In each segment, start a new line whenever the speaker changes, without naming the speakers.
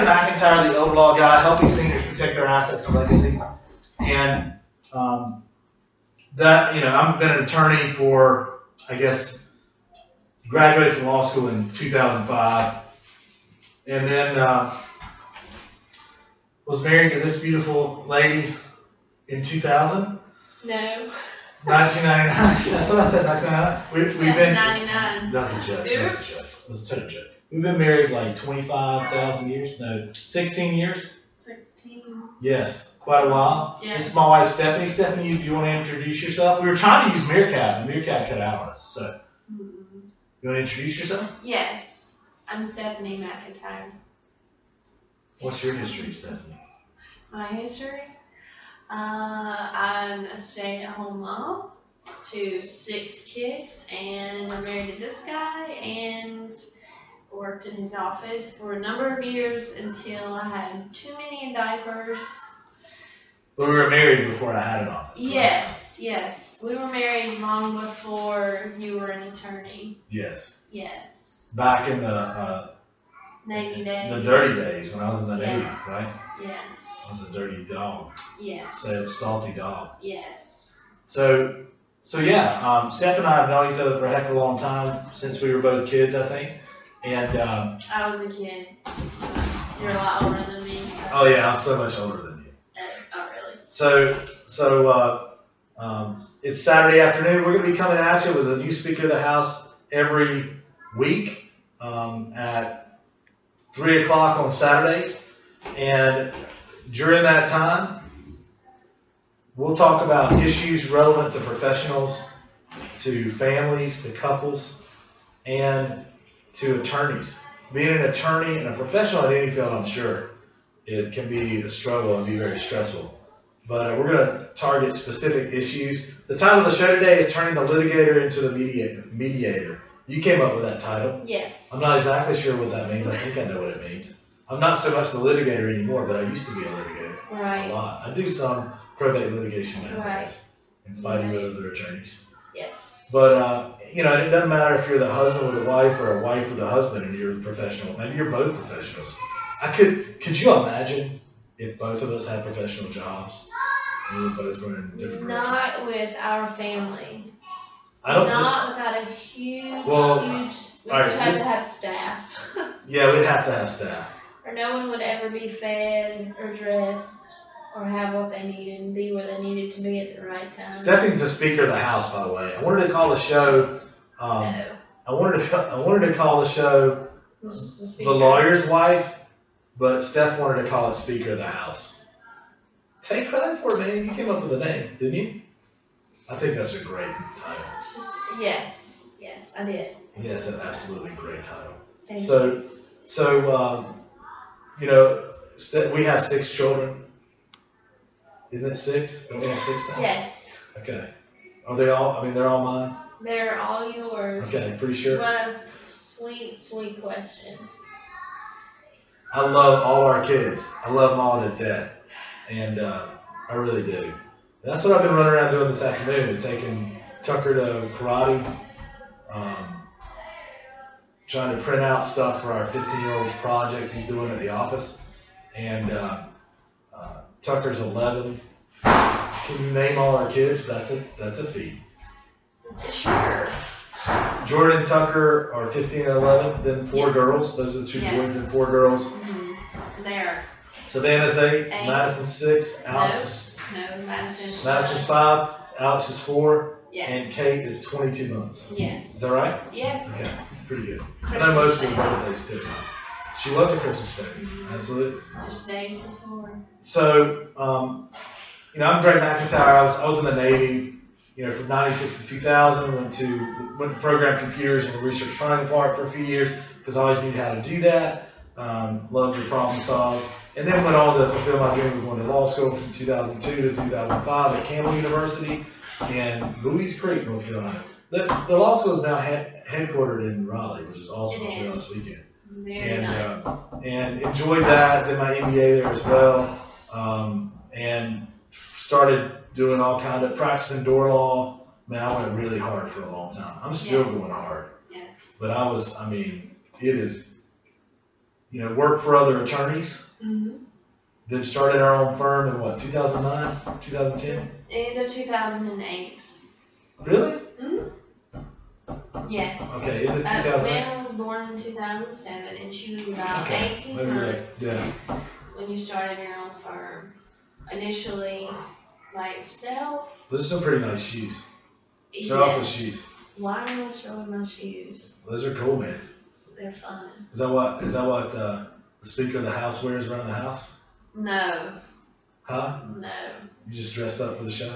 McIntyre, the overall guy, helping seniors protect their assets and legacies. And um, that, you know, I've been an attorney for, I guess, graduated from law school in 2005. And then uh, was married to this beautiful lady in 2000,
No.
1999. That's what I said, 1999. We, we've been.
That's 99.
That's a joke. That's a joke.
Oops.
That's a total joke. We've been married like 25,000 years. No, 16 years.
16.
Yes, quite a while. This
Yes.
is my wife Stephanie. Stephanie, do you want to introduce yourself? We were trying to use Meerkat, and Meerkat cut out on us. So,
Mm.
you want to introduce yourself?
Yes. I'm Stephanie McIntyre.
What's your history, Stephanie?
My history? Uh, I'm a stay at home mom to six kids, and I'm married to this guy, and worked in his office for a number of years until I had too many diapers.
Well, we were married before I had an office. right?
Yes, yes. We were married long before you were an attorney.
Yes.
Yes.
Back in the uh,
90 days.
the dirty days when I was in the Navy,
Yes.
right? I
Yes.
was a dirty dog,
Yes.
so salty dog.
Yes.
So, so yeah, um, Steph and I have known each other for a heck of a long time since we were both kids, I think. And um,
I was a kid. You're a lot older than me. So.
oh yeah, I'm so much older than you.
Uh, oh, really?
So, so uh, um, it's Saturday afternoon. We're gonna be coming at you with a new speaker of the house every week um, at three o'clock on Saturdays, and during that time, we'll talk about issues relevant to professionals, to families, to couples, and to attorneys. Being an attorney and a professional in any field, I'm sure, it can be a struggle and be very stressful. But uh, we're going to target specific issues. The title of the show today is Turning the Litigator into the Mediator. mediator. You came up with that title.
Yes.
I'm not exactly sure what that means. I think I know what it means. I'm not so much the litigator anymore, but I used to be a litigator a
right.
lot. I do some probate litigation nowadays
Right.
and fighting with other attorneys.
Yes.
But uh, you know, it doesn't matter if you're the husband with a wife or a wife with a husband, and you're a professional. Maybe you're both professionals. I could. Could you imagine if both of us had professional jobs and we both were in different directions?
Not with our family.
I don't. thi-
Not without a huge,
Well,
huge. We
alright,
would
so
have
this-
to have staff,
yeah, we'd have to have staff.
or no one would ever be fed or dressed or have what they needed and be where they needed to be at the right time.
Stephanie's the speaker of the house, by the way. I wanted to call the show. Um,
no.
I wanted to. I wanted to call the show
This is the
the
speaker.
lawyer's wife, but Steph wanted to call it Speaker of the House. Take credit for it, man. You came up with the name, didn't you? I think that's a great title.
It's just- Yes. Yes, I did.
Yeah, it's an absolutely great title.
Thank you.
So, so um, you know, Ste- we have six children. Isn't it six? Don't we have six now?
Yes.
Okay. Are they all? I mean, they're all mine.
They're all yours.
Okay, pretty sure.
What a sweet, sweet question.
I love all our kids. I love them all to death, and uh, I really do. That's what I've been running around doing this afternoon is taking Tucker to karate, um, trying to print out stuff for our 15-year-old's project he's doing at the office, and uh, uh, Tucker's 11. Can you name all our kids? That's a that's a feat.
Sure.
Jordan Tucker are 15 and 11, then four
Yes.
girls. Those are the two boys,
Yes.
then four girls.
Mm-hmm. There.
Savannah's eight,
Eight.
Madison's six, Alex
No, Madison's.
is, Madison's five, Alex is four, and
Yes.
Kate is 22 months.
Yes.
Is that right?
Yes.
Okay, pretty good. I know most of birthdays too. She was a Christmas baby,
Mhm.
absolutely.
Just days before.
So, um, you know, I'm Greg McIntyre. I was, I was in the Navy, you know, from 96 to 2000. Went to went to program computers in the research funding part for a few years because I always knew how to do that. Um, loved to problem solve. And then went on to fulfill my dream of going to law school from 2002 to 2005 at Campbell University in Louise Creek, North Carolina. The, the law school is now head, headquartered in Raleigh, which is awesome. I was there last
It is.
weekend
Very
And, uh,
nice.
and enjoyed that. Did my MBA there as well, um, and started doing all kind of practicing door law. Man, I went really hard for a long time. I'm still
Yes.
going hard,
yes.
but I was. I mean, it is you know, worked for other attorneys,
Mhm.
then started our own firm in what, 2009, 2010?
End of 2008.
Really?
Mm-hmm. Yes.
Okay, in
Uh,
2009.
Savannah was born in 2007, and she was about
Okay.
18
Maybe you're right.
months
Yeah.
when you started your own firm. Initially, by yourself.
Those are some pretty nice shoes. Shout out
Yes.
the shoes.
Why am I showing my shoes?
Those are cool, man.
They're fun.
Is that what is that what uh, the Speaker of the House wears around the house?
No,
Huh?
no.
You just dressed up for the show?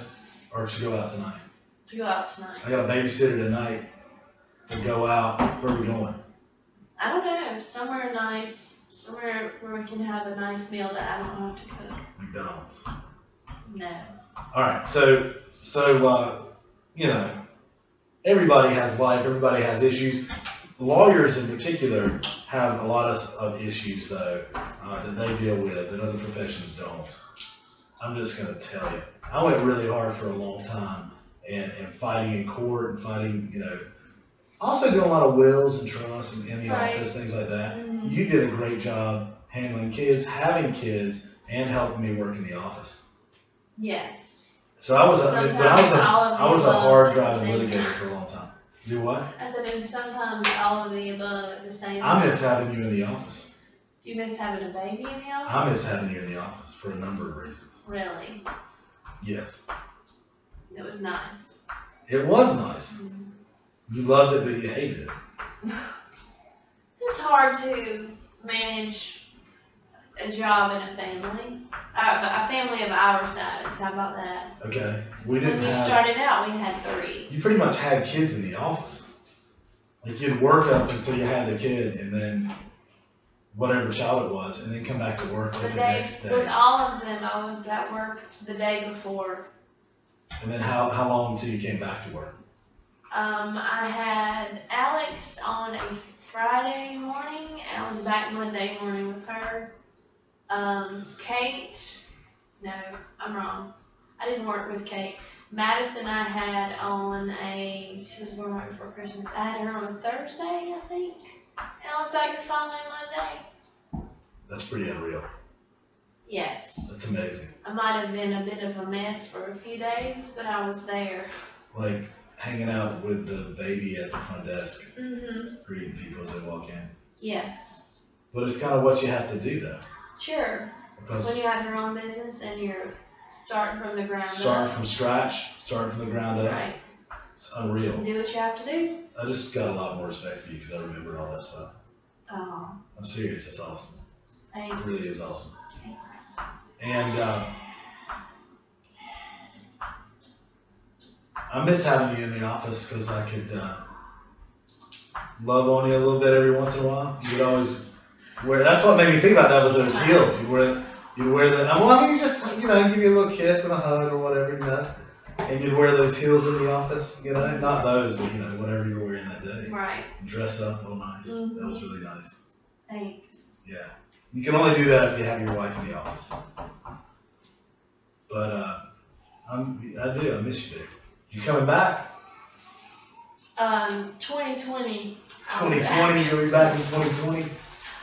Or to go out tonight?
To go out tonight.
I got a babysitter tonight. We'll go out. Where are we going?
I don't know. Somewhere nice. Somewhere where we can have a nice meal that I don't have to cook.
McDonald's.
No.
All right, so so uh, you know, everybody has life. Everybody has issues. Lawyers in particular have a lot of, of issues though uh, that they deal with that other professions don't. I'm just gonna tell you, I went really hard for a long time and, and fighting in court and fighting, you know, also doing a lot of wills and trusts and in the
Right.
office things like that.
Mm,
You did a great job handling kids, having kids, and helping me work in the office.
yes.
So I was a,
Sometimes
but I was a,
all of
I was
the
a
above
hard
at the
driving
same
litigator
time.
for a long time. Do what?
I said, and sometimes all of the above at the same
I
time.
miss having you in the office.
You miss having a baby in the office?
I miss having you in the office for a number of reasons.
Really?
Yes,
It was nice. Mm-hmm.
it was nice. You loved it, but you hated it.
It's hard to manage a job and a family. Uh, a family of our size. How about that?
Okay, we
When
didn't
you
have.
started out, we had three.
You pretty much had kids in the office. Like you'd work up until you had the kid, and then whatever child it was, and then come back to work
But
like the
they,
next
with
day.
all of them, I was at work the day before.
And then how how long until you came back to work?
Um, I had Alex on a Friday morning, and I was back Monday morning with her. Um, Kate, no, I'm wrong. I didn't work with Kate. Madison, I had on a, she was born right before Christmas. I had her on a Thursday, I think, and I was back the following Monday.
That's pretty unreal.
Yes,
That's amazing.
I might have been a bit of a mess for a few days, but I was there.
like hanging out with the baby at the front desk,
Mm-hmm.
greeting people as they walk in.
Yes,
But it's kind of what you have to do though,
sure. When you
because
have your own business and you're starting from the ground
starting
up,
from scratch, starting from the ground up,
right?
it's unreal.
Do what you have to do.
I just got a lot more respect for you because I remembered all that stuff.
Oh,
I'm serious, it's awesome.
thanks.
It really is awesome.
thanks.
And uh, I miss having you in the office because I could uh, love on you a little bit every once in a while. You'd always wear. That's what made me think about that was those heels. You wear, you wear the. Well, I mean, you just you know, give you a little kiss and a hug or whatever, you know. And you'd wear those heels in the office, you know, not those, but you know, whatever you were wearing that day.
Right.
Dress up, all nice. That was really nice.
Thanks.
Yeah. You can only do that if you have your wife in the office. But uh, I'm, I do. I miss you, dude. You coming back?
Um, 2020. I'll be back.
2020. You'll be back in 2020.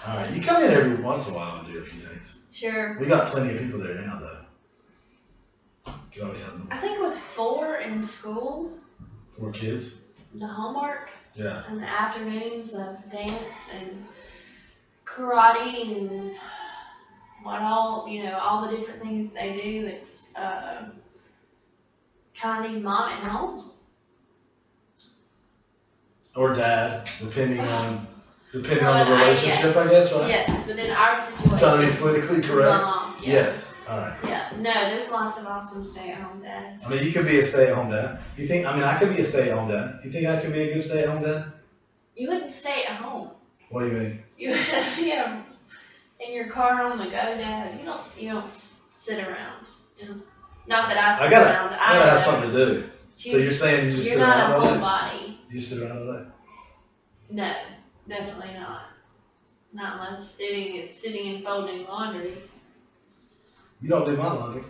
All right. You come in every once in a while and do a few things.
Sure.
We got plenty of people there now, though. You can always have them.
I think with four in school,
Four kids.
the homework
Yeah.
and the afternoons of dance and karate and what all you know, all the different things they do. It's uh, kind of need mom at home.
Or dad, depending on depending on the
Uh-huh. Well, I-
relationship, I guess, right?
Yes, but in our situation.
Trying to be politically correct.
Mom, yeah.
Yes. All right.
Yeah, no, there's lots of awesome stay-at-home dads.
I mean, you could be a stay-at-home dad. You think? I mean, I could be a stay-at-home dad. You think I could be a good stay-at-home dad?
You wouldn't stay at home.
What do you mean?
You would be um, in your car on the go, Dad. You don't, you don't s- sit around. You know? Not that I sit
I gotta-
around.
I gotta have
know.
something to do. So
You-
you're saying you just
you're
sit around
not a
all
whole
day?
body.
You just sit around all day.
No, definitely not. Not unless sitting is sitting and folding laundry.
You don't do my laundry.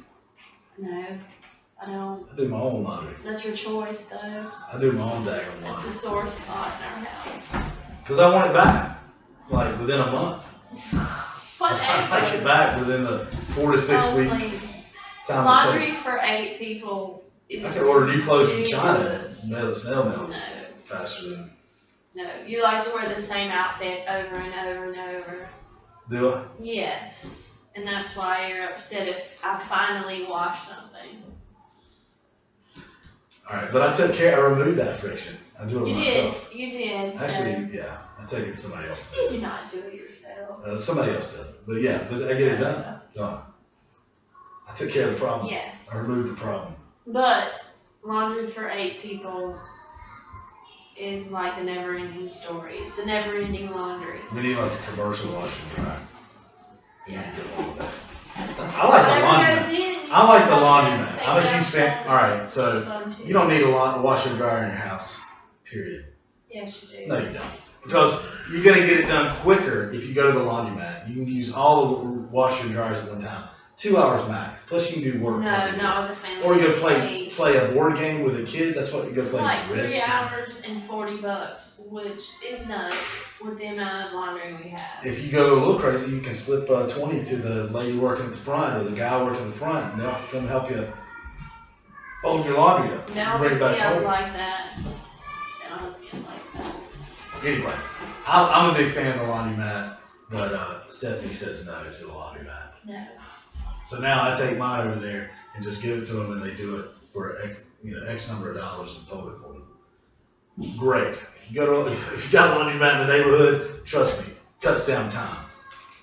No, I don't.
I do my own laundry.
That's your choice, though.
I do my own daggone
That's
laundry.
a sore spot in our house.
Cause I want it back, like within a month. I'd like it
Whatever.
back within the four to six
Oh,
week
please.
time it
Laundry's
takes.
for eight people. is-
I could order new clothes from China.
Jesus.
and Mail it, snail mail
No,
it faster than
no. You like to wear the same outfit over and over and over.
do I?
Yes. And that's why you're upset if I finally wash something.
All right, but I took care. I removed that friction. I do it
You did.
myself.
You did. So
Actually, yeah, I take it somebody else.
you
Does.
do not do it yourself.
Uh, somebody else does, but yeah, but I get it done. Done. I took care of the problem. I
Yes.
removed the problem.
But laundry for eight people is like the never ending story. It's the never ending laundry.
We need like a commercial washing dry.
Yeah.
I like the
Whatever
laundry.
goes in, you
I like the
still have to
laundromat.
take
I'm a
it
huge fan.
outside.
All right, so
It's fun too.
you don't need a lot washer and dryer in your house. Period.
Yes, you do.
No, you don't. Because you're gonna get it done quicker if you go to the laundromat. You can use all the washer and dryers at one time. Two hours max. Plus you can do work.
No, not with the family.
Or you go play
Eight.
play a board game with a kid. That's what you go play
like
risk.
three hours and forty bucks, which is nuts with the amount of laundry we have.
If you go a little crazy, you can slip uh, 20 to the lady working at the front or the guy working at the front, and they'll come help you fold your laundry up.
Now
bring
we
it back
feel
home.
like that. Now we feel like that.
Anyway, I'm, I'm a big fan of the laundromat, but uh, Stephanie says no to the laundromat.
No.
So now I take mine over there and just give it to them, and they do it for X, you know, X number of dollars and fold it for them. Great. If you go to, if you got a laundromat in the neighborhood, trust me, cuts down time.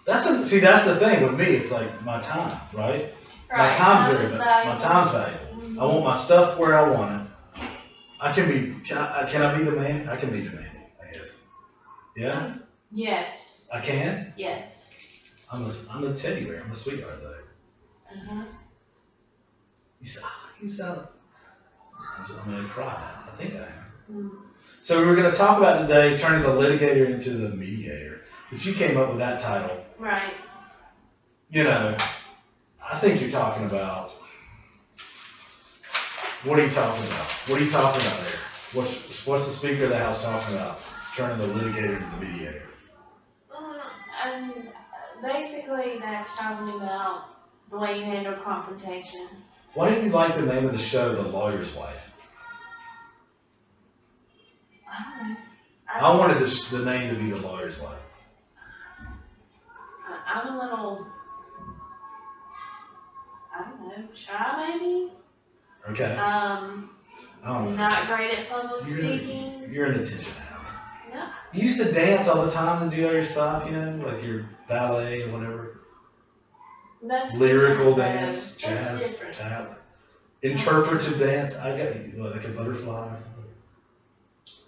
That's a, see, that's the thing with me. It's like my time, right? My
Right,
time's
time
very
is
valuable.
valuable.
My time's valuable. I
Mhm.
want my stuff where I want it. I can be. Can I, can I be demanding? I can be demanding. I guess. Yeah,
Yes,
I can.
yes.
I'm a, I'm a teddy bear. I'm a sweetheart though.
Uh-huh.
You sound. You sound. I'm, just, I'm gonna cry. I think I am.
Mm.
So we were gonna talk about today turning the litigator into the mediator, but you came up with that title.
Right.
You know, I think you're talking about. What are you talking about? What are you talking about there? What's, what's the Speaker of the House talking about? Turning the litigator into the mediator.
Mm, and uh, basically, that's talking about the way you handle confrontation.
Why didn't you like the name of the show, The Lawyer's Wife?
I don't know.
I wanted this, the name to be The Lawyer's Wife.
I- I'm a little, I don't know, shy maybe.
Okay?
Um,
I don't know.
not great at public
You're in-
speaking.
You're in attention now.
No.
You used to dance all the time and do all your stuff, you know, like your ballet and whatever.
That's
Lyrical
different, though.
dance,
That's
jazz,
different.
tap, interpretive dance. I got you know, like a butterfly or something.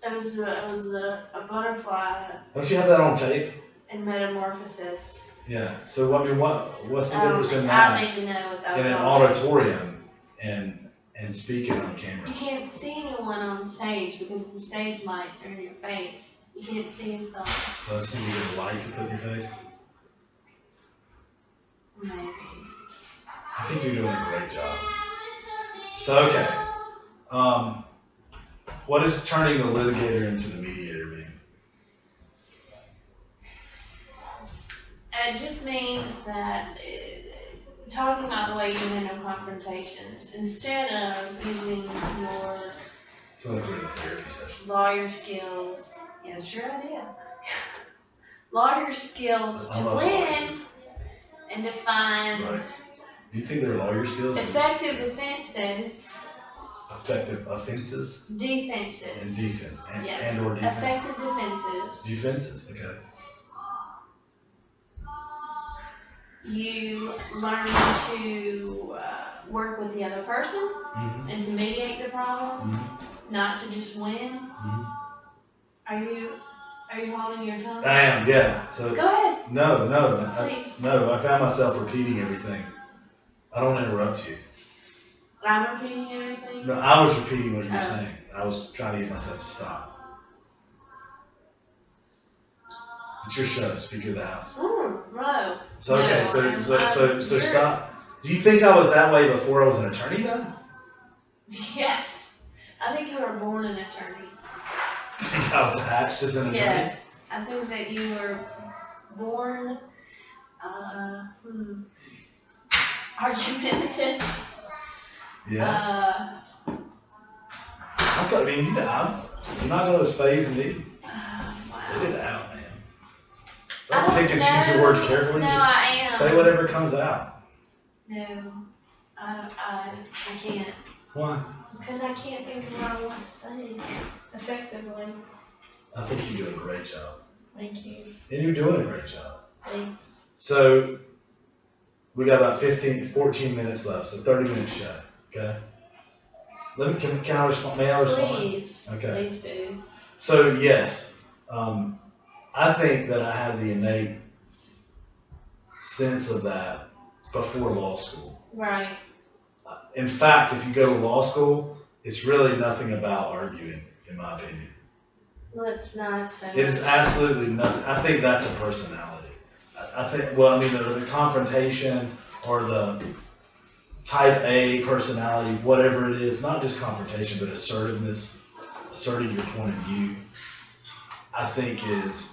It was a, it was a, a butterfly
Don't you have that on tape?
in metamorphosis. Um,
Yeah. So I mean, what what's the
I don't,
difference in
think-
that?
I don't even know what that
in
was.
an
all about.
auditorium and and speaking on camera.
You can't see anyone on stage because the stage lights are in your face. You can't see someone.
So I just think you get a light to put in your face.
Maybe.
I think you're doing a great job. So okay, um, what is turning the litigator into the mediator mean?
It just means that uh, talking about the way you handle confrontations instead of using your
I feel like we're in a therapy session.
lawyer skills. Yeah, sure I did. lawyer skills
I
to
love
win
lawyers.
and define
Right. Do you think they're lawyer skills? or
effective defenses,
Effective offenses and
defenses.
defense and,
Yes.
and or defense.
Effective defenses.
Defenses. Okay.
You learn to uh, work with the other person
Mm-hmm.
and to mediate the problem,
Mhm.
not to just win.
Mhm.
Are you are you holding your tongue?
I am. Yeah. So
Go ahead,
no, no, I-
please.
No, I found myself repeating everything. I don't interrupt you.
I'm repeating everything.
No, I was repeating what you were
Oh.
saying. I was trying to get myself to stop. It's your show, Speaker of the House.
Ooh, bro.
So okay, so
No,
so so, so
you're-
stop. Do you think I was that way before I was an attorney though?
Yes. I think you were born an attorney.
I was hatched as an attorney.
Yes. I think that you were born uh, hmm, argumentative.
Yeah.
Uh,
I've got, I mean, you know, I'm, you're not going to phase me.
uh,
Get
wow.
it out, man.
I
Don't pick and choose your words
know.
carefully.
No,
Just
I am.
say whatever comes out.
No, I, I, I can't.
Why?
Because I can't think of what I want to say effectively.
I think you're doing a great job.
Thank you.
And you're doing a great job.
Thanks.
So we got about 15, 14 minutes left, so 30 minutes show. Okay. Let me, can, can I respond? May I respond?
Please.
Okay.
Please do.
So yes, um, I think that I had the innate sense of that before law school.
Right.
In fact, if you go to law school, it's really nothing about arguing, in my opinion.
Well, it's not so.
It is absolutely nothing. I think that's a personality. I, I think. Well, I mean, the, the confrontation or the type A personality, whatever it is, not just confrontation, but assertiveness, asserting your point of view. I think is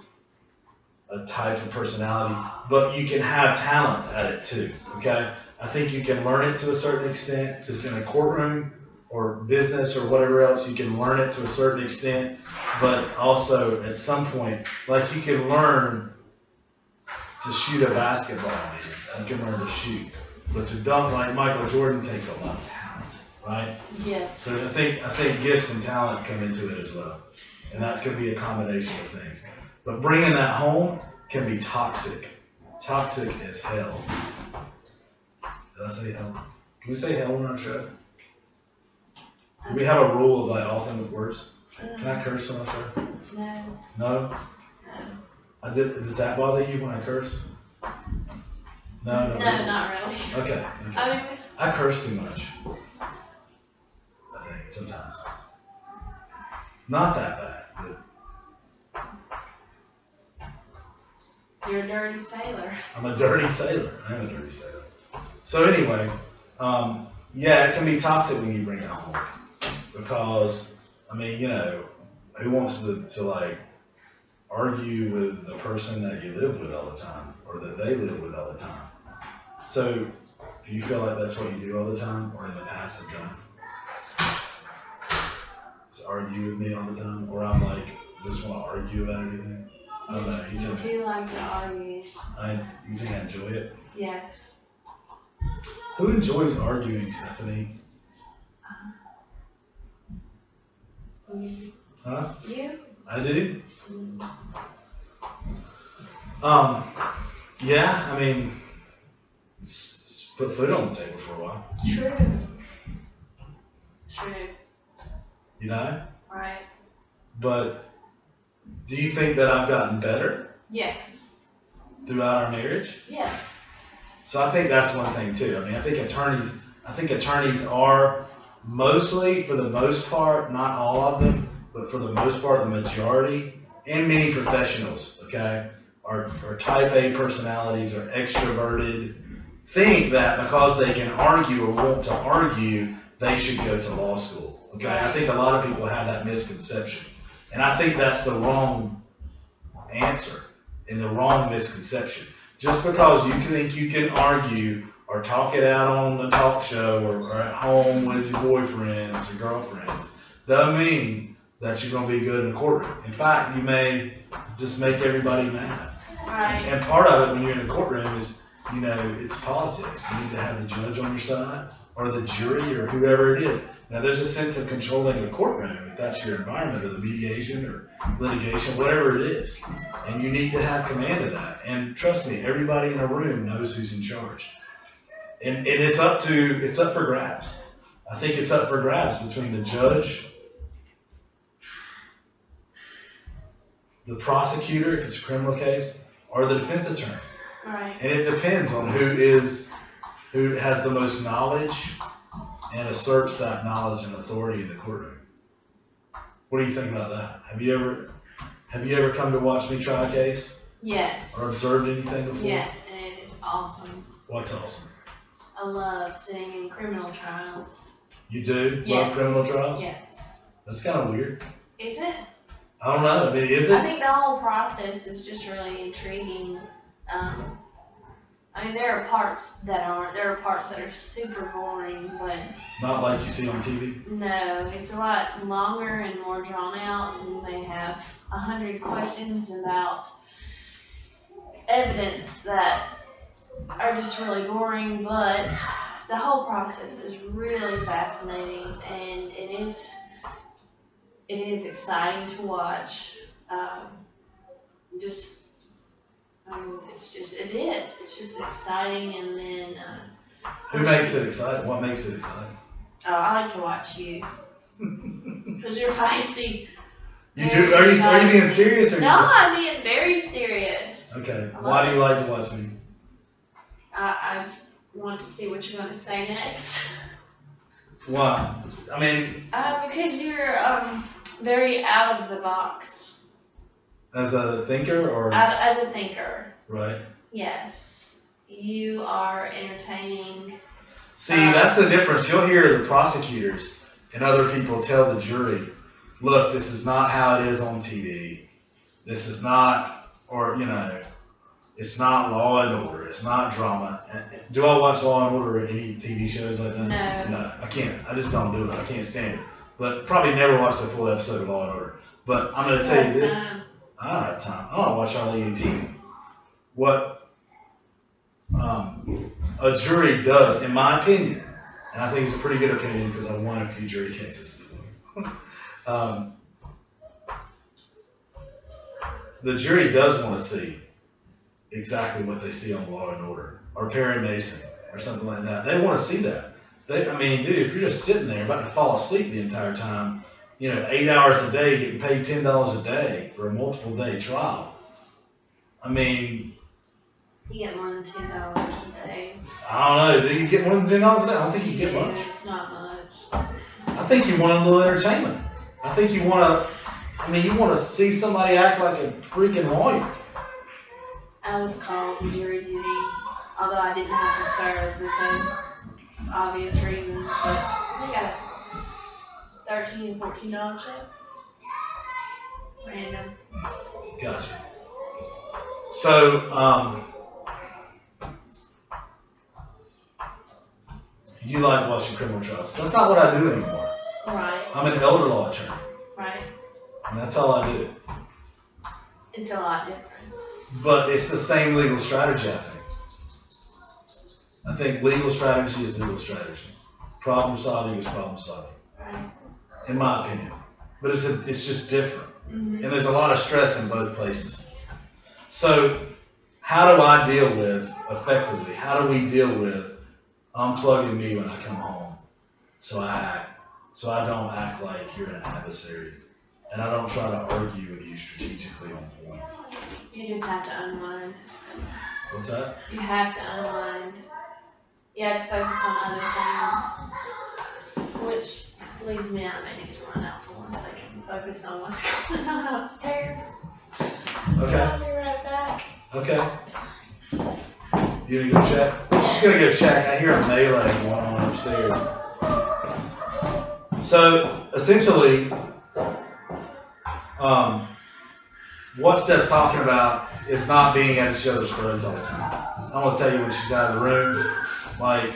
a type of personality, but you can have talent at it too. Okay, I think you can learn it to a certain extent, just in a courtroom or business or whatever else. You can learn it to a certain extent but also at some point, like you can learn to shoot a basketball. maybe. You can learn to shoot, but to dunk like Michael Jordan takes a lot of talent, right?
Yeah.
So I think I think gifts and talent come into it as well, and that could be a combination of things. But bringing that home can be toxic, toxic as hell. Did I say hell? Can we say hell on our show? Do we have a rule of like all things words? Can I curse on our show?
Uh, no.
No? I did, does that bother you when I curse? No, no.
No, not really.
Okay. okay.
I mean,
I curse too much. I think sometimes. Not that bad. but
you're a dirty sailor.
I'm a dirty sailor. I am a dirty sailor. So anyway, um, yeah, it can be toxic when you bring it home because I mean, you know, who wants to, to like argue with the person that you live with all the time or that they live with all the time? So, do you feel like that's what you do all the time or in the past have done? Just argue with me all the time or I'm like, just want to argue about everything? I don't know. Oh, You
You
tell me.
do like to argue.
I, you think I enjoy it?
Yes.
Who enjoys arguing, Stephanie?
Mm.
Huh?
You?
I do.
Mm.
Um, yeah, I mean, s- s- put food on the table for a while,
True. True.
you know.
Right.
But do you think that I've gotten better
Yes.
throughout our marriage?
Yes.
So I think that's one thing too. I mean, I think attorneys, I think attorneys are mostly, for the most part, not all of them, but for the most part, the majority, and many professionals, okay, are, are type A personalities, are extroverted, think that because they can argue or want to argue, they should go to law school, okay? I think a lot of people have that misconception, and I think that's the wrong answer and the wrong misconception just because you think you can argue or talk it out on the talk show or, or at home with your boyfriends or girlfriends doesn't mean that you're going to be good in the courtroom. In fact, you may just make everybody mad.
Right.
And part of it when you're in the courtroom is, you know, it's politics. You need to have the judge on your side or the jury or whoever it is. Now, there's a sense of controlling a courtroom if that's your environment or the mediation or litigation, whatever it is. And you need to have command of that. And trust me, everybody in the room knows who's in charge. And, and it's up to it's up for grabs. I think it's up for grabs between the judge, the prosecutor if it's a criminal case, or the defense attorney.
Right.
And it depends on who is, who has the most knowledge and asserts that knowledge and authority in the courtroom. What do you think about that? Have you ever, have you ever come to watch me try a case
Yes.
or observed anything before?
Yes, and it is awesome.
What's awesome?
I love sitting in criminal trials.
You do love
Yes.
criminal trials?
Yes.
That's kind of weird.
Is it?
I don't know. I mean, is
I
it?
think the whole process is just really intriguing. Um, I mean, there are parts that aren't. There are parts that are super boring, but
Not like you see on TV.
no, it's a lot longer and more drawn out, and they have a hundred questions about evidence that are just really boring. But the whole process is really fascinating, and it is it is exciting to watch. Um, just I mean, it's just it is. It's just exciting, and then. Uh,
Who makes it exciting? What makes it exciting?
Oh, I like to watch you because you're feisty.
You do? Are you are you being serious or?
No,
you just-
I'm being very serious.
Okay. Why do you like to watch me?
I, I just want to see what you're going to say next.
Why? I mean,
Uh, because you're um, very out of the box
as a thinker or
out, as a thinker.
right?
Yes, you are entertaining.
See, that's the difference. You'll hear the prosecutors and other people tell the jury, look, this is not how it is on TV. This is not, or, you know, it's not Law and Order. It's not drama. Do I watch Law and Order or any TV shows like that?
No.
No, I can't. I just don't do it. I can't stand it. But probably never watched a full episode of Law and Order. But I'm going to tell you this.
Last time,
I don't have time. I don't watch Charlie TV. What um, a jury does, in my opinion, and I think it's a pretty good opinion because I won a few jury cases before. um, the jury does want to see exactly what they see on Law and Order or Perry Mason or something like that. They want to see that. They, I mean, dude, if you're just sitting there about to fall asleep the entire time, you know, eight hours a day, getting paid ten dollars a day for a multiple day trial. I mean,
You get more than ten dollars a day.
I don't know. Do you get more than ten dollars a day? I don't think you get
Dude,
much.
It's not much.
I think you want a little entertainment. I think you want to. I mean, you want to see somebody act like a freaking lawyer.
I was called to jury duty, although I didn't have to serve because obvious reasons, but I think I got a thirteen and fourteen dollar check. Random.
Gotcha. So, um, you like watching criminal trials? That's not what I do anymore.
Right,
I'm an elder law attorney,
right.
and that's all I do.
It's a lot different.
But it's the same legal strategy, I think. I think legal strategy is legal strategy. Problem solving is problem solving,
Right.
in my opinion. But it's a, it's just different,
Mm-hmm.
and there's a lot of stress in both places. So, how do I deal with effectively? How do we deal with unplugging me when I come home, so I act, so I don't act like you're an adversary, and I don't try to argue with you strategically on points.
You just have to unwind.
What's that?
You have to unwind. You have to focus on other things. Which leads me, I may need to run out for one second and focus on what's going on upstairs.
Okay.
I'll be right back.
Okay. You gonna go check? She's gonna go check. I hear a melee going on upstairs. So essentially, um, what Steph's talking about is not being at each other's throats all the time. I'm gonna tell you when she's out of the room, like,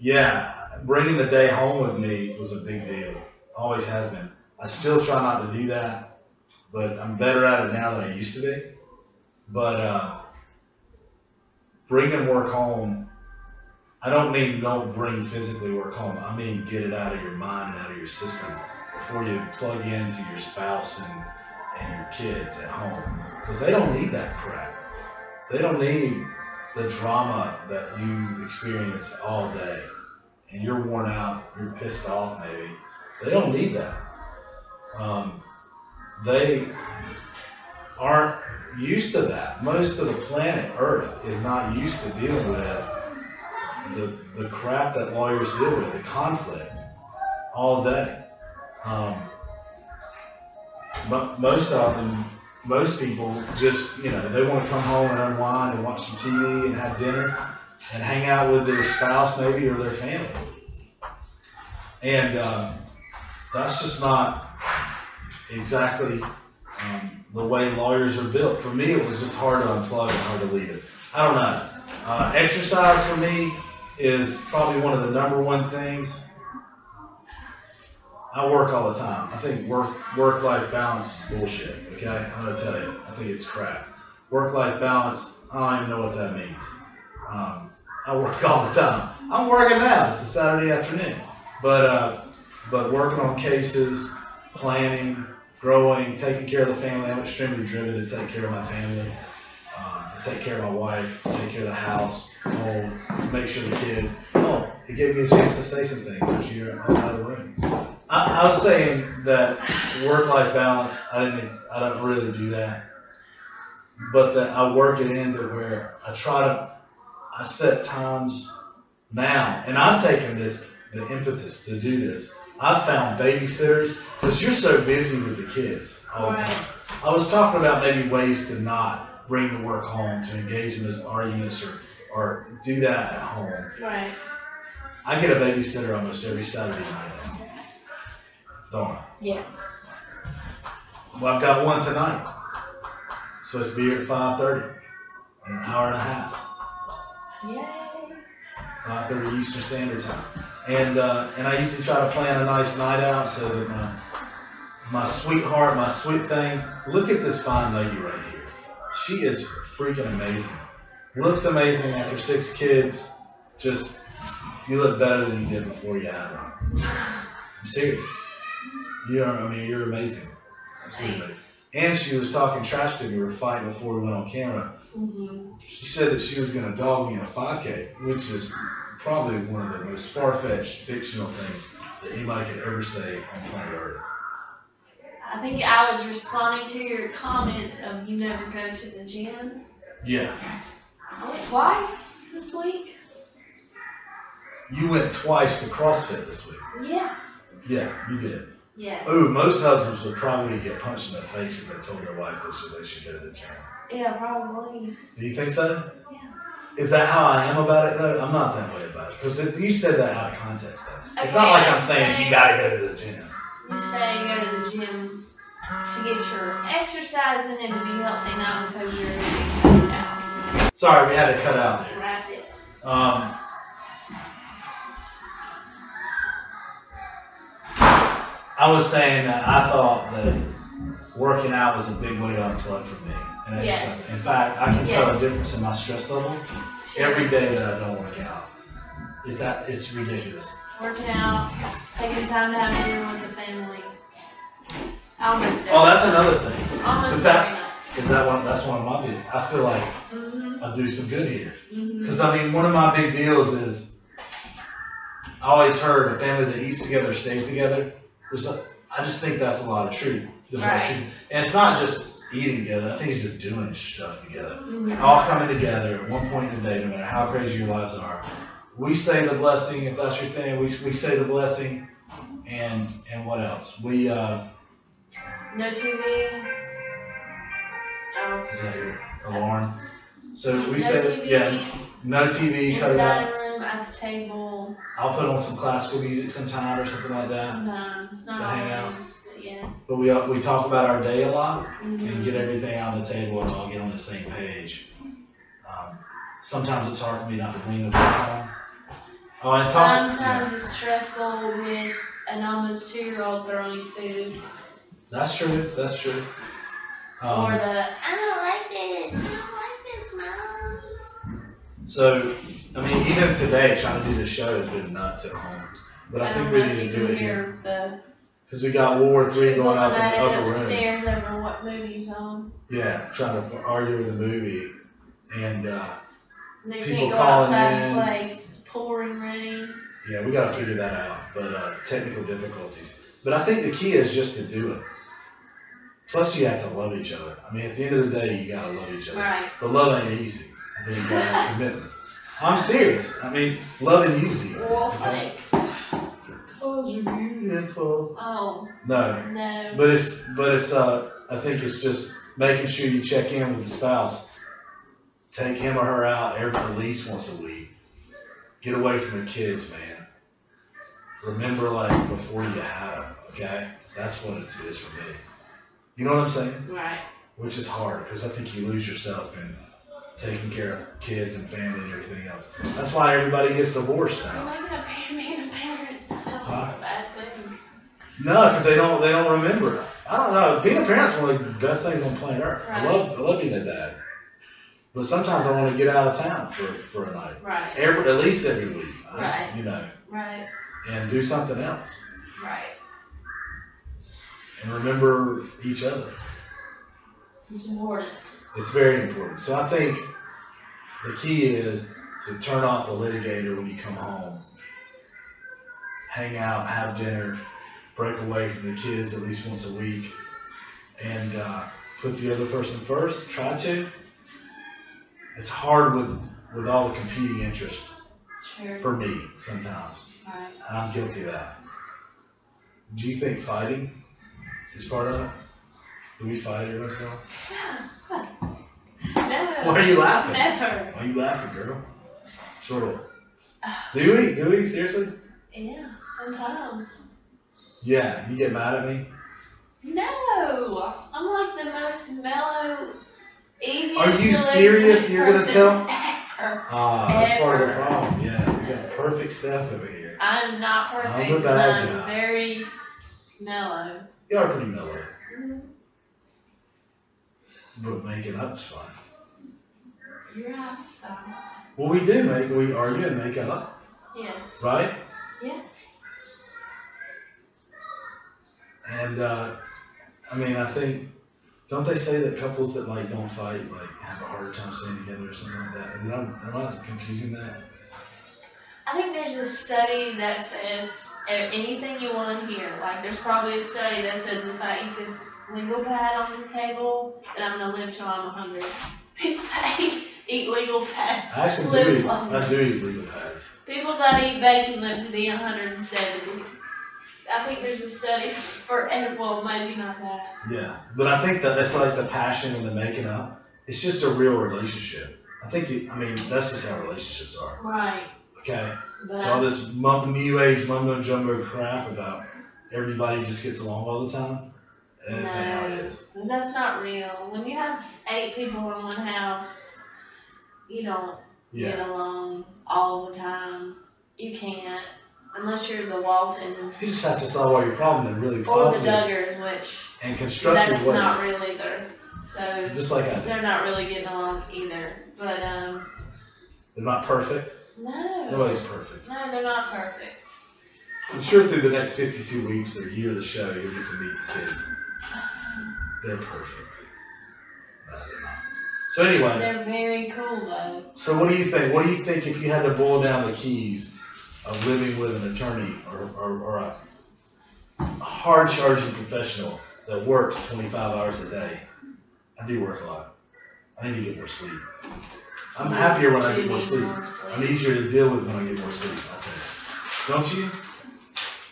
yeah, bringing the day home with me was a big deal. Always has been. I still try not to do that, but I'm better at it now than I used to be. But uh, bringing work home, I don't mean don't bring physically work home. I mean get it out of your mind and out of your system before you plug into your spouse and, and your kids at home. Because they don't need that crap. They don't need the drama that you experience all day. And you're worn out, you're pissed off maybe. They don't need that. Um, they aren't used to that. Most of the planet Earth is not used to dealing with the, the crap that lawyers deal with, the conflict, all day. Um, but most of them, most people just, you know, they want to come home and unwind and watch some TV and have dinner and hang out with their spouse maybe or their family. And um, that's just not exactly um, the way lawyers are built. For me, it was just hard to unplug and hard to leave it. I don't know. Uh, exercise for me is probably one of the number one things. I work all the time. I think work work life balance is bullshit. Okay, I'm gonna tell you. I think it's crap. Work life balance. I don't even know what that means. Um, I work all the time. I'm working now. It's a Saturday afternoon. But uh, but working on cases, planning, growing, taking care of the family. I'm extremely driven to take care of my family, um, to take care of my wife, to take care of the house, home, to make sure the kids. Oh, it gave me a chance to say some things as you're out of the room. I, I was saying that work-life balance. I didn't. I don't really do that. But that I work it into where I try to. I set times now, and I'm taking this the impetus to do this. I found babysitters because you're so busy with the kids all the time. I was talking about maybe ways to not bring the work home, to engage in those arguments or, or do that at home.
Right.
I get a babysitter almost every Saturday night. Don't I?
Yes.
Well, I've got one tonight. Supposed to be here at 5.30, an hour and a half.
Yay.
5:30 uh, Eastern Standard Time. And uh, and I usually try to plan a nice night out so that my my sweetheart, my sweet thing, look at this fine lady right here. She is freaking amazing. Looks amazing after six kids. Just you look better than you did before you had them. I'm serious. You are. I mean, you're amazing. Absolutely. amazing.
Thanks.
And she was talking trash to me. We were fighting before we went on camera.
Mm-hmm.
She said that she was going to dog me in a 5K, which is probably one of the most far fetched fictional things that anybody could ever say on planet Earth.
I think I was responding to your comments of you never go to the gym.
Yeah,
I went twice this week.
you went twice to CrossFit this week.
Yes.
Yeah, you did.
Yes.
Oh, most husbands would probably get punched in the face if they told their wife they should, they should go to the gym.
Yeah, probably.
Do you think so?
Yeah.
Is that how I am about it though? I'm not that way about it because you said that out of context though. It's not like I'm saying you gotta go to the gym.
You say you go to the gym to get your exercise in and to be healthy, not because you're getting out.
Sorry, we had to cut out there.
Wrap it.
Um, I was saying that I thought that working out was a big way to unplug for me. And I just-
Yes.
In fact, I can tell a
Yes.
difference in my stress level every day that I don't work out. It's that it's ridiculous.
Working out, taking time to have dinner with the family. Almost.
Oh, that's another thing.
Almost
is that-
every night.
Is that one? That's one of my big. I feel like
Mhm.
I do some good here.
Mhm.
Because I mean, one of my big deals is I always heard a family that eats together stays together. There's a, I just think that's a lot of truth. There's a lot of
Right.
truth. And it's not just eating together. I think it's just doing stuff together.
Mhm.
All coming together at one point in the day, no matter how crazy your lives are. We say the blessing if that's your thing. We, we say the blessing, and and what else? We uh,
No TV. Oh.
is that your alarm? So
No
we say
TV.
yeah, no TV,
In
cut
the
it out.
dining room, at the table.
I'll put on some classical music sometime or something like that.
No, um, it's
To hang
not
out.
always, but yeah.
But we uh, we talk about our day a lot
Mhm.
and get everything on the table and all get on the same page. Um, sometimes it's hard for me not to bring the book home. Oh, and talk.
Sometimes it's stressful with an almost two-year-old throwing food,
That's true. That's true.
or
Um,
the I don't like this, I don't like this, mom.
so, I mean, even today, trying to do the show has been nuts at home. But I, think
don't
we
know if
need
you
to do
can
it here
hear the
because we got World War Three
people
going up in
that
the
end
upper room.
upstairs over what movie's on.
Yeah, trying to argue with the movie, and uh,
And They
People
can't go
calling
outside
in.
and play 'cause it's pouring rain.
Yeah, we gotta figure that out, but uh, technical difficulties. But I think the key is just to do it. Plus, you have to love each other. I mean, at the end of the day, you gotta love each other.
Right.
But love ain't easy. I think you gotta have commitment. I'm serious. I mean, loving you's easy.
Well,
okay?
thanks.
'Cause you're beautiful.
Oh
No,
no.
but it's but it's uh, I think it's just making sure you check in with the spouse. Take him or her out every at least once a week. Get away from the kids, man. Remember like before you had them. Okay, that's what it is for me. You know what I'm saying?
Right.
Which is hard because I think you lose yourself in taking care of kids and family and everything else. That's why everybody gets divorced
Am
now.
I gonna pay me the parent? Sounds
Huh?
like a bad thing.
No, because they don't they don't remember. I don't know. Being a parent's one of the best things on planet Earth. I
Right.
love I love being a dad. But sometimes I want to get out of town for, for a night.
Right,
Every at least every week. I-
Right.
You know,
right,
and do something else.
right.
And remember each other.
It's important.
It's very important. So I think the key is to turn off the litigator when you come home. Hang out, have dinner, break away from the kids at least once a week, and uh, put the other person first. Try to. It's hard with with all the competing interests
Sure.
for me sometimes.
Right.
And I'm guilty of that. Do you think fighting is part of it? Do we fight every once in a while?
Never.
Why are you laughing?
Never.
Why you laughing, girl? Sure. Do we? Do we? Seriously?
Yeah, sometimes.
Yeah. You get mad at me?
No, I'm like the most mellow, easiest.
Are you
to live
serious?
with
You're gonna
person
tell-
ever.
Ah, that's part of the problem. Yeah. You got perfect stuff over here.
I'm not perfect.
I'm the bad
I'm
guy.
very mellow.
You are pretty mellow, but making up's fun.
You're gonna have to stop.
Well, we do make. We argue and make up,
Yes.
right?
Yeah.
And uh, I mean, I think. Don't they say that couples that like don't fight like have a harder time staying together or something like that? Am I, am I confusing that?
I think there's a study that says uh, anything you want to hear. Like, there's probably a study that says if I eat this legal pad on the table, then I'm gonna live till I'm 100. People that eat, eat legal pads
I actually
live
do.
longer.
I do use legal pads.
People that eat bacon live to be 170. I think there's a study for, and, well, maybe not that.
Yeah, but I think that it's like the passion and the making up. It's just a real relationship. I think you. I mean, that's just how relationships are.
Right.
Okay.
But
So all this mum- new age mumbo jumbo crap about everybody just gets along all the time. And it's not how it
No,
is.
because that's not real. When you have eight people in one house, you don't
Yeah.
get along all the time. You can't, unless you're the Waltons
You just have to solve all your problems in really
or the
positive
Duggars, which
and constructive
that's
ways.
not real either. So
Just like I do.
they're not really getting along either. But um,
They're not perfect.
no,
Nobody's perfect.
no, they're not perfect.
I'm sure through the next 52 weeks or year of the show, you'll get to meet the kids. They're perfect. No, they're not. So anyway,
They're very cool though.
so what do you think? What do you think if you had to boil down the keys of living with an attorney or, or, or a hard charging professional that works 25 hours a day? I do work a lot. I need to get more sleep. I'm happier when I
Do
get more
need
sleep.
more sleep.
I'm easier to deal with when I get more sleep. I think. Don't you?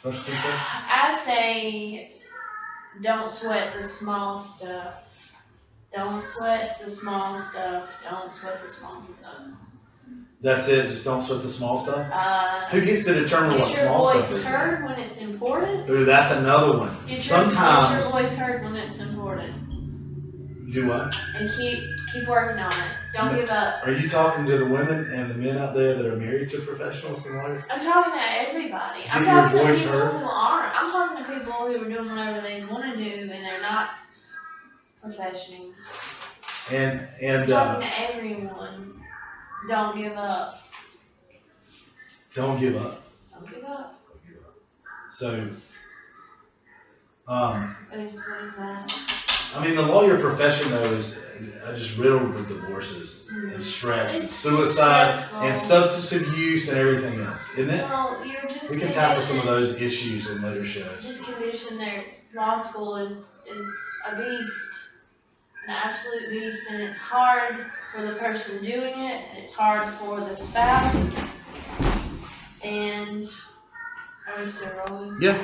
Don't you think so?
I say, don't sweat the small stuff. Don't sweat the small stuff. Don't sweat the small stuff.
That's it. Just don't sweat the small stuff.
Uh,
Who gets to determine what
get your
small stuff
voice
is?
heard when it's important.
Ooh, that's another one.
Get your,
Sometimes
get your voice heard when it's important,
do what?
and keep keep working on it. Don't
No.
give up.
Are you talking to the women and the men out there that are married to professionals and lawyers?
I'm talking to everybody. I'm
Get your
talking
voice
to people
heard.
who aren't. I'm talking to people who are doing whatever they want to do, and they're not professionals.
And and uh,
Talking to everyone. Don't give up.
don't give up.
Don't
Don't
give up.
give up. So, um,
What is, what is that?
I mean, the lawyer profession though is uh, just riddled with divorces
Hmm.
and stress and
It's
suicide
stressful.
and substance abuse and everything else, isn't it?
Well, you're just
We can tackle some of
conditioned-
those issues in later shows.
Just conditioned there. Law school is is a beast, an absolute beast, and it's hard for the person doing it, and it's hard for the spouse, and are we still rolling?
Yeah.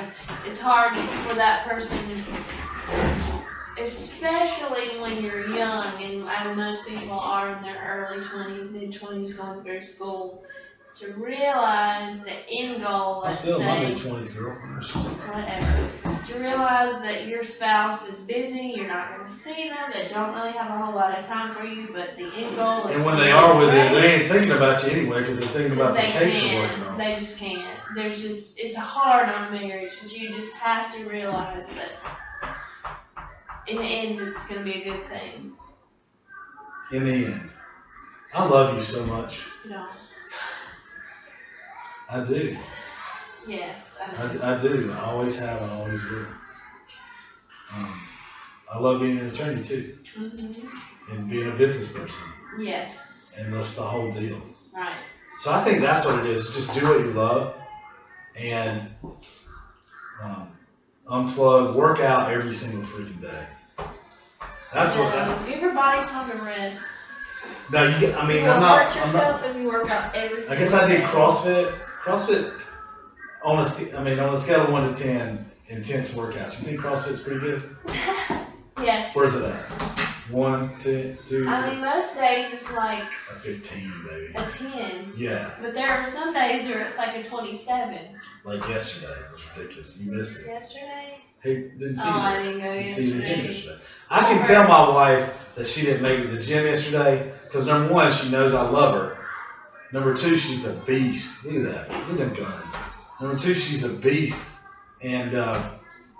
It's hard for that person, especially when you're young, and as most people are in their early twenties, mid twenties, going through school, to realize the end goal,
I'm
let's
still in my
say,
mid twenties, girl.
whatever, to realize that your spouse is busy, you're not going to see them, they don't really have a whole lot of time for you, but the end goal is.
And when they are with it,
Right.
they ain't thinking about you anyway because they're thinking
Because
about the
they
case they're working
can't,
on.
they just can't. There's just, it's hard on marriage, but you just have to realize that in the end, it's gonna be a good thing,
In the end, I love you so much.
you know?
I do.
Yes, I know.
I, I do. I always have. I always will. Um, I love being an attorney too,
Mhm.
and being a business person,
Yes,
and that's the whole deal.
right,
So I think that's what it is. Just do what you love, and um, unplug. Work out every single freaking day. That's what. I,
So, give your body time to rest.
now you. get- I mean,
You'll
I'm not.
Hurt
I'm not
yourself if you work out every
I
single
guess I did
day.
CrossFit. CrossFit on a sc- I mean on a scale of one to ten intense workouts. You think CrossFit's pretty good?
Yes,
Where's it at? One, two, two,
I mean, most days it's like
a fifteen, baby.
a ten,
Yeah,
but there are some days where it's like a twenty-seven.
like yesterday. It was ridiculous. You missed it.
Yesterday?
Hey, didn't see
Oh, I
you.
didn't go
Didn't see you in the gym
yesterday.
yesterday. I can tell my wife that she didn't make it to the gym yesterday because number one, she knows I love her. Number two, she's a beast. Look at that. Look at them guns. Number two, she's a beast, and uh,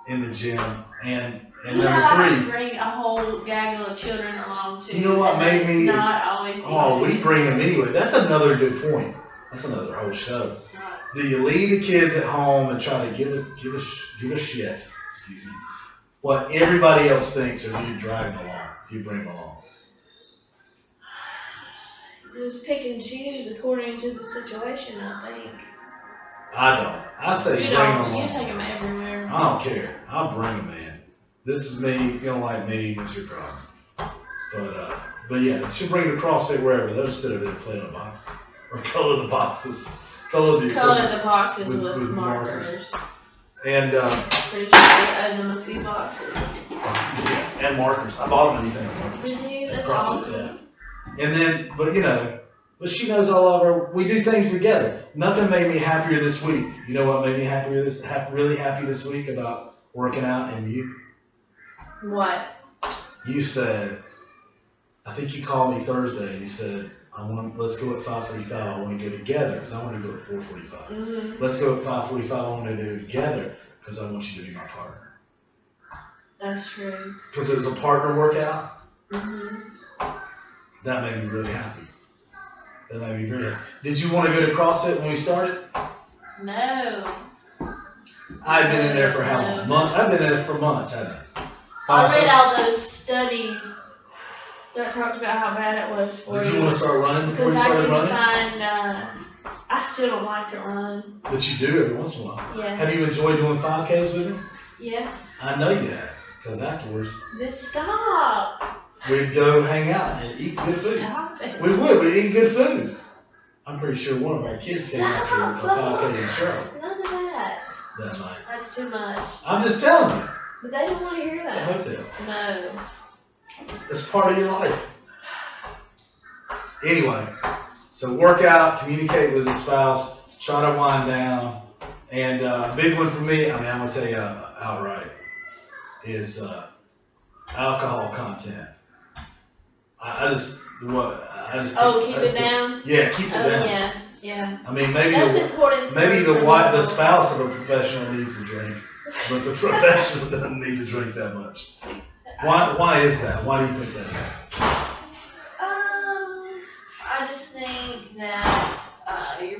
in the gym. And and
you know,
number
I
three,
bring a whole gaggle of children along too.
You know what
and
made
it's
me-
Not always.
oh,
easy.
we bring them anyway. That's another good point. That's another whole show.
Right.
Do you leave the kids at home and try to give a give a sh- give a shit? Excuse me. What everybody else thinks, or do you drag them along? Do you bring them along?
Just pick and choose according to the situation, I think.
I don't. I say
you
bring
don't.
them
you
along.
take them everywhere.
I don't care. I'll bring them in. This is me. If you don't like me, it's your problem. But uh, but yeah, you should bring the CrossFit wherever. They'll just sit over there and play on the boxes or color the boxes, color the
Color the boxes
With-
with,
with markers.
markers.
and um,
Pretty sure I owe them a few boxes.
yeah, and markers. I bought them anything with markers.
Really?
And
That's
CrossFit,
awesome.
yeah. And then, but you know, but she knows I love her. We do things together. Nothing made me happier this week. You know what made me happier this, hap really happy this week about working out and you?
What?
you said, I think you called me Thursday. and You said, I want, let's go at 5:45. I want to go together because I want to go at 4:45.
Mm-hmm.
Let's go at 5:45. I want to do it together because I want you to be my partner.
That's true.
Because it was a partner workout.
Mm-hmm.
That made me really happy. That made me really happy. Did you want to go to CrossFit when we started?
No.
Oh, I've been in there for how long? Months. I've been in there for months. Haven't I?
I read
Awesome.
all those studies that talked about how bad it was for
Did you want to start running before
Because
you
I
started
can
running?
find, uh, I still don't like to run.
But you do every once in a while.
Yeah.
Have you enjoyed doing 5Ks with me?
Yes.
I know you have. Because afterwards,
Then stop.
We'd go hang out and eat good food.
Stop it.
We would. We'd eat good food. I'm pretty sure one of our kids came up here with a
Stop.
5K and shrub
None of that.
that night.
That's too much.
I'm just telling you.
But they don't want to hear
The
that.
hotel.
No.
It's part of your life. Anyway, so work out, communicate with the spouse, try to wind down. And uh, big one for me, I mean, I'm going to tell you uh, outright, is uh, alcohol content. I, I just, what, I just.
Oh,
think-
keep
I
it
just think-
down.
Yeah, keep it
Oh
down.
yeah, yeah.
I mean, maybe
That's
the,
important.
maybe the
for
wife, the
people.
spouse of a professional needs to drink, but the professional doesn't need to drink that much. Why? Why is that? Why do you think that is?
Um, I just think that uh, your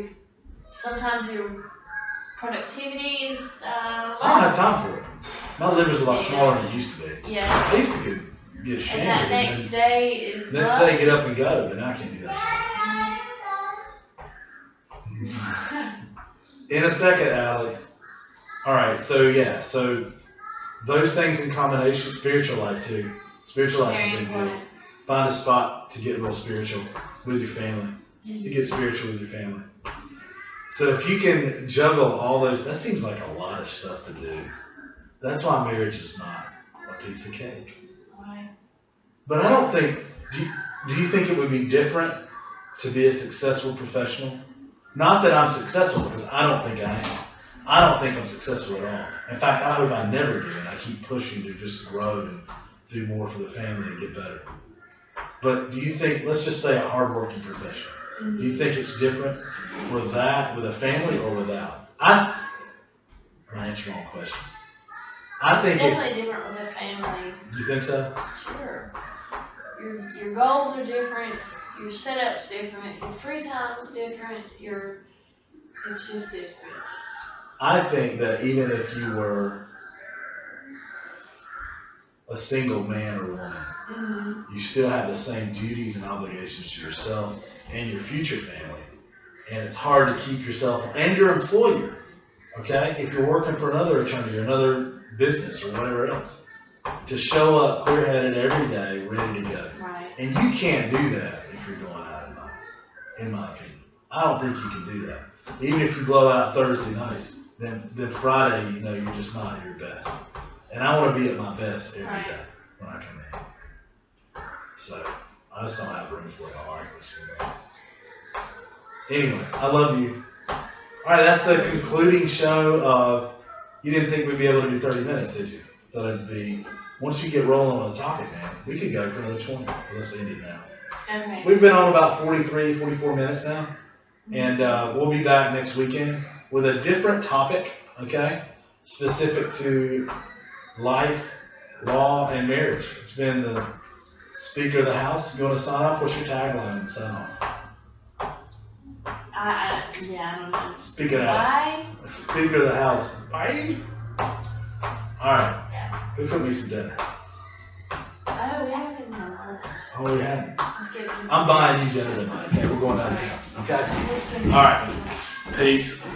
sometimes your productivity is uh, less.
I don't have time for it. My liver's a lot smaller than it used to be.
Yeah.
I used to get get
And that
ashamed.
next day is
next
rough.
day, get up and go, but now I can't do that. In a second, Alex. All right, so yeah, so those things in combination, spiritual life too. Spiritual life's a
Very
big deal.
important.
Find a spot to get real spiritual with your family. To get spiritual with your family. So if you can juggle all those, that seems like a lot of stuff to do. That's why marriage is not a piece of cake.
Right.
But I don't think. Do you, do you think it would be different to be a successful professional Not that I'm successful, because I don't think I am. I don't think I'm successful at all. In fact, I hope I never do, and I keep pushing to just grow and do more for the family and get better. But do you think, let's just say a hardworking professional,
Mm-hmm.
do you think it's different for that with a family or without? I, I answered wrong question. I
It's
think it,
definitely different with a family.
you think so?
Sure. Your, your goals are different, your setup's different, your free time's different, your, it's just different.
I think that even if you were a single man or woman,
Mm-hmm.
you still have the same duties and obligations to yourself and your future family. And it's hard to keep yourself and your employer, okay? If you're working for another attorney or another business or whatever else, to show up clear headed every day, ready to go.
Right.
And you can't do that if you're going out at night, in my opinion. I don't think you can do that. Even if you blow out Thursday nights, then, then Friday, you know, you're just not at your best. And I want to be at my best every day
Right.
when I come in. So I just don't have room for it in my arguments. you know. Anyway, I love you. All right, that's the concluding show of. You didn't think we'd be able to do 30 minutes, did you? That I'd be. Once you get rolling on a topic, man, we could go for another 20. Let's end it now.
Okay.
We've been on about 43, 44 minutes now, and uh, we'll be back next weekend with a different topic, okay? Specific to life, law, and marriage. It's been the Speaker of the House. You want to sign off? What's your tagline and sign off?
I, I, yeah, I don't know.
Speaking out.
Bye.
Speaker of the House. Bye. All right. Go cook me some dinner.
Oh, we haven't done lunch.
Oh, yeah.
Let's get to-
I'm buying you dinner tonight. Okay, we're going downtown. Okay?
It's been
All right.
nice.
Peace.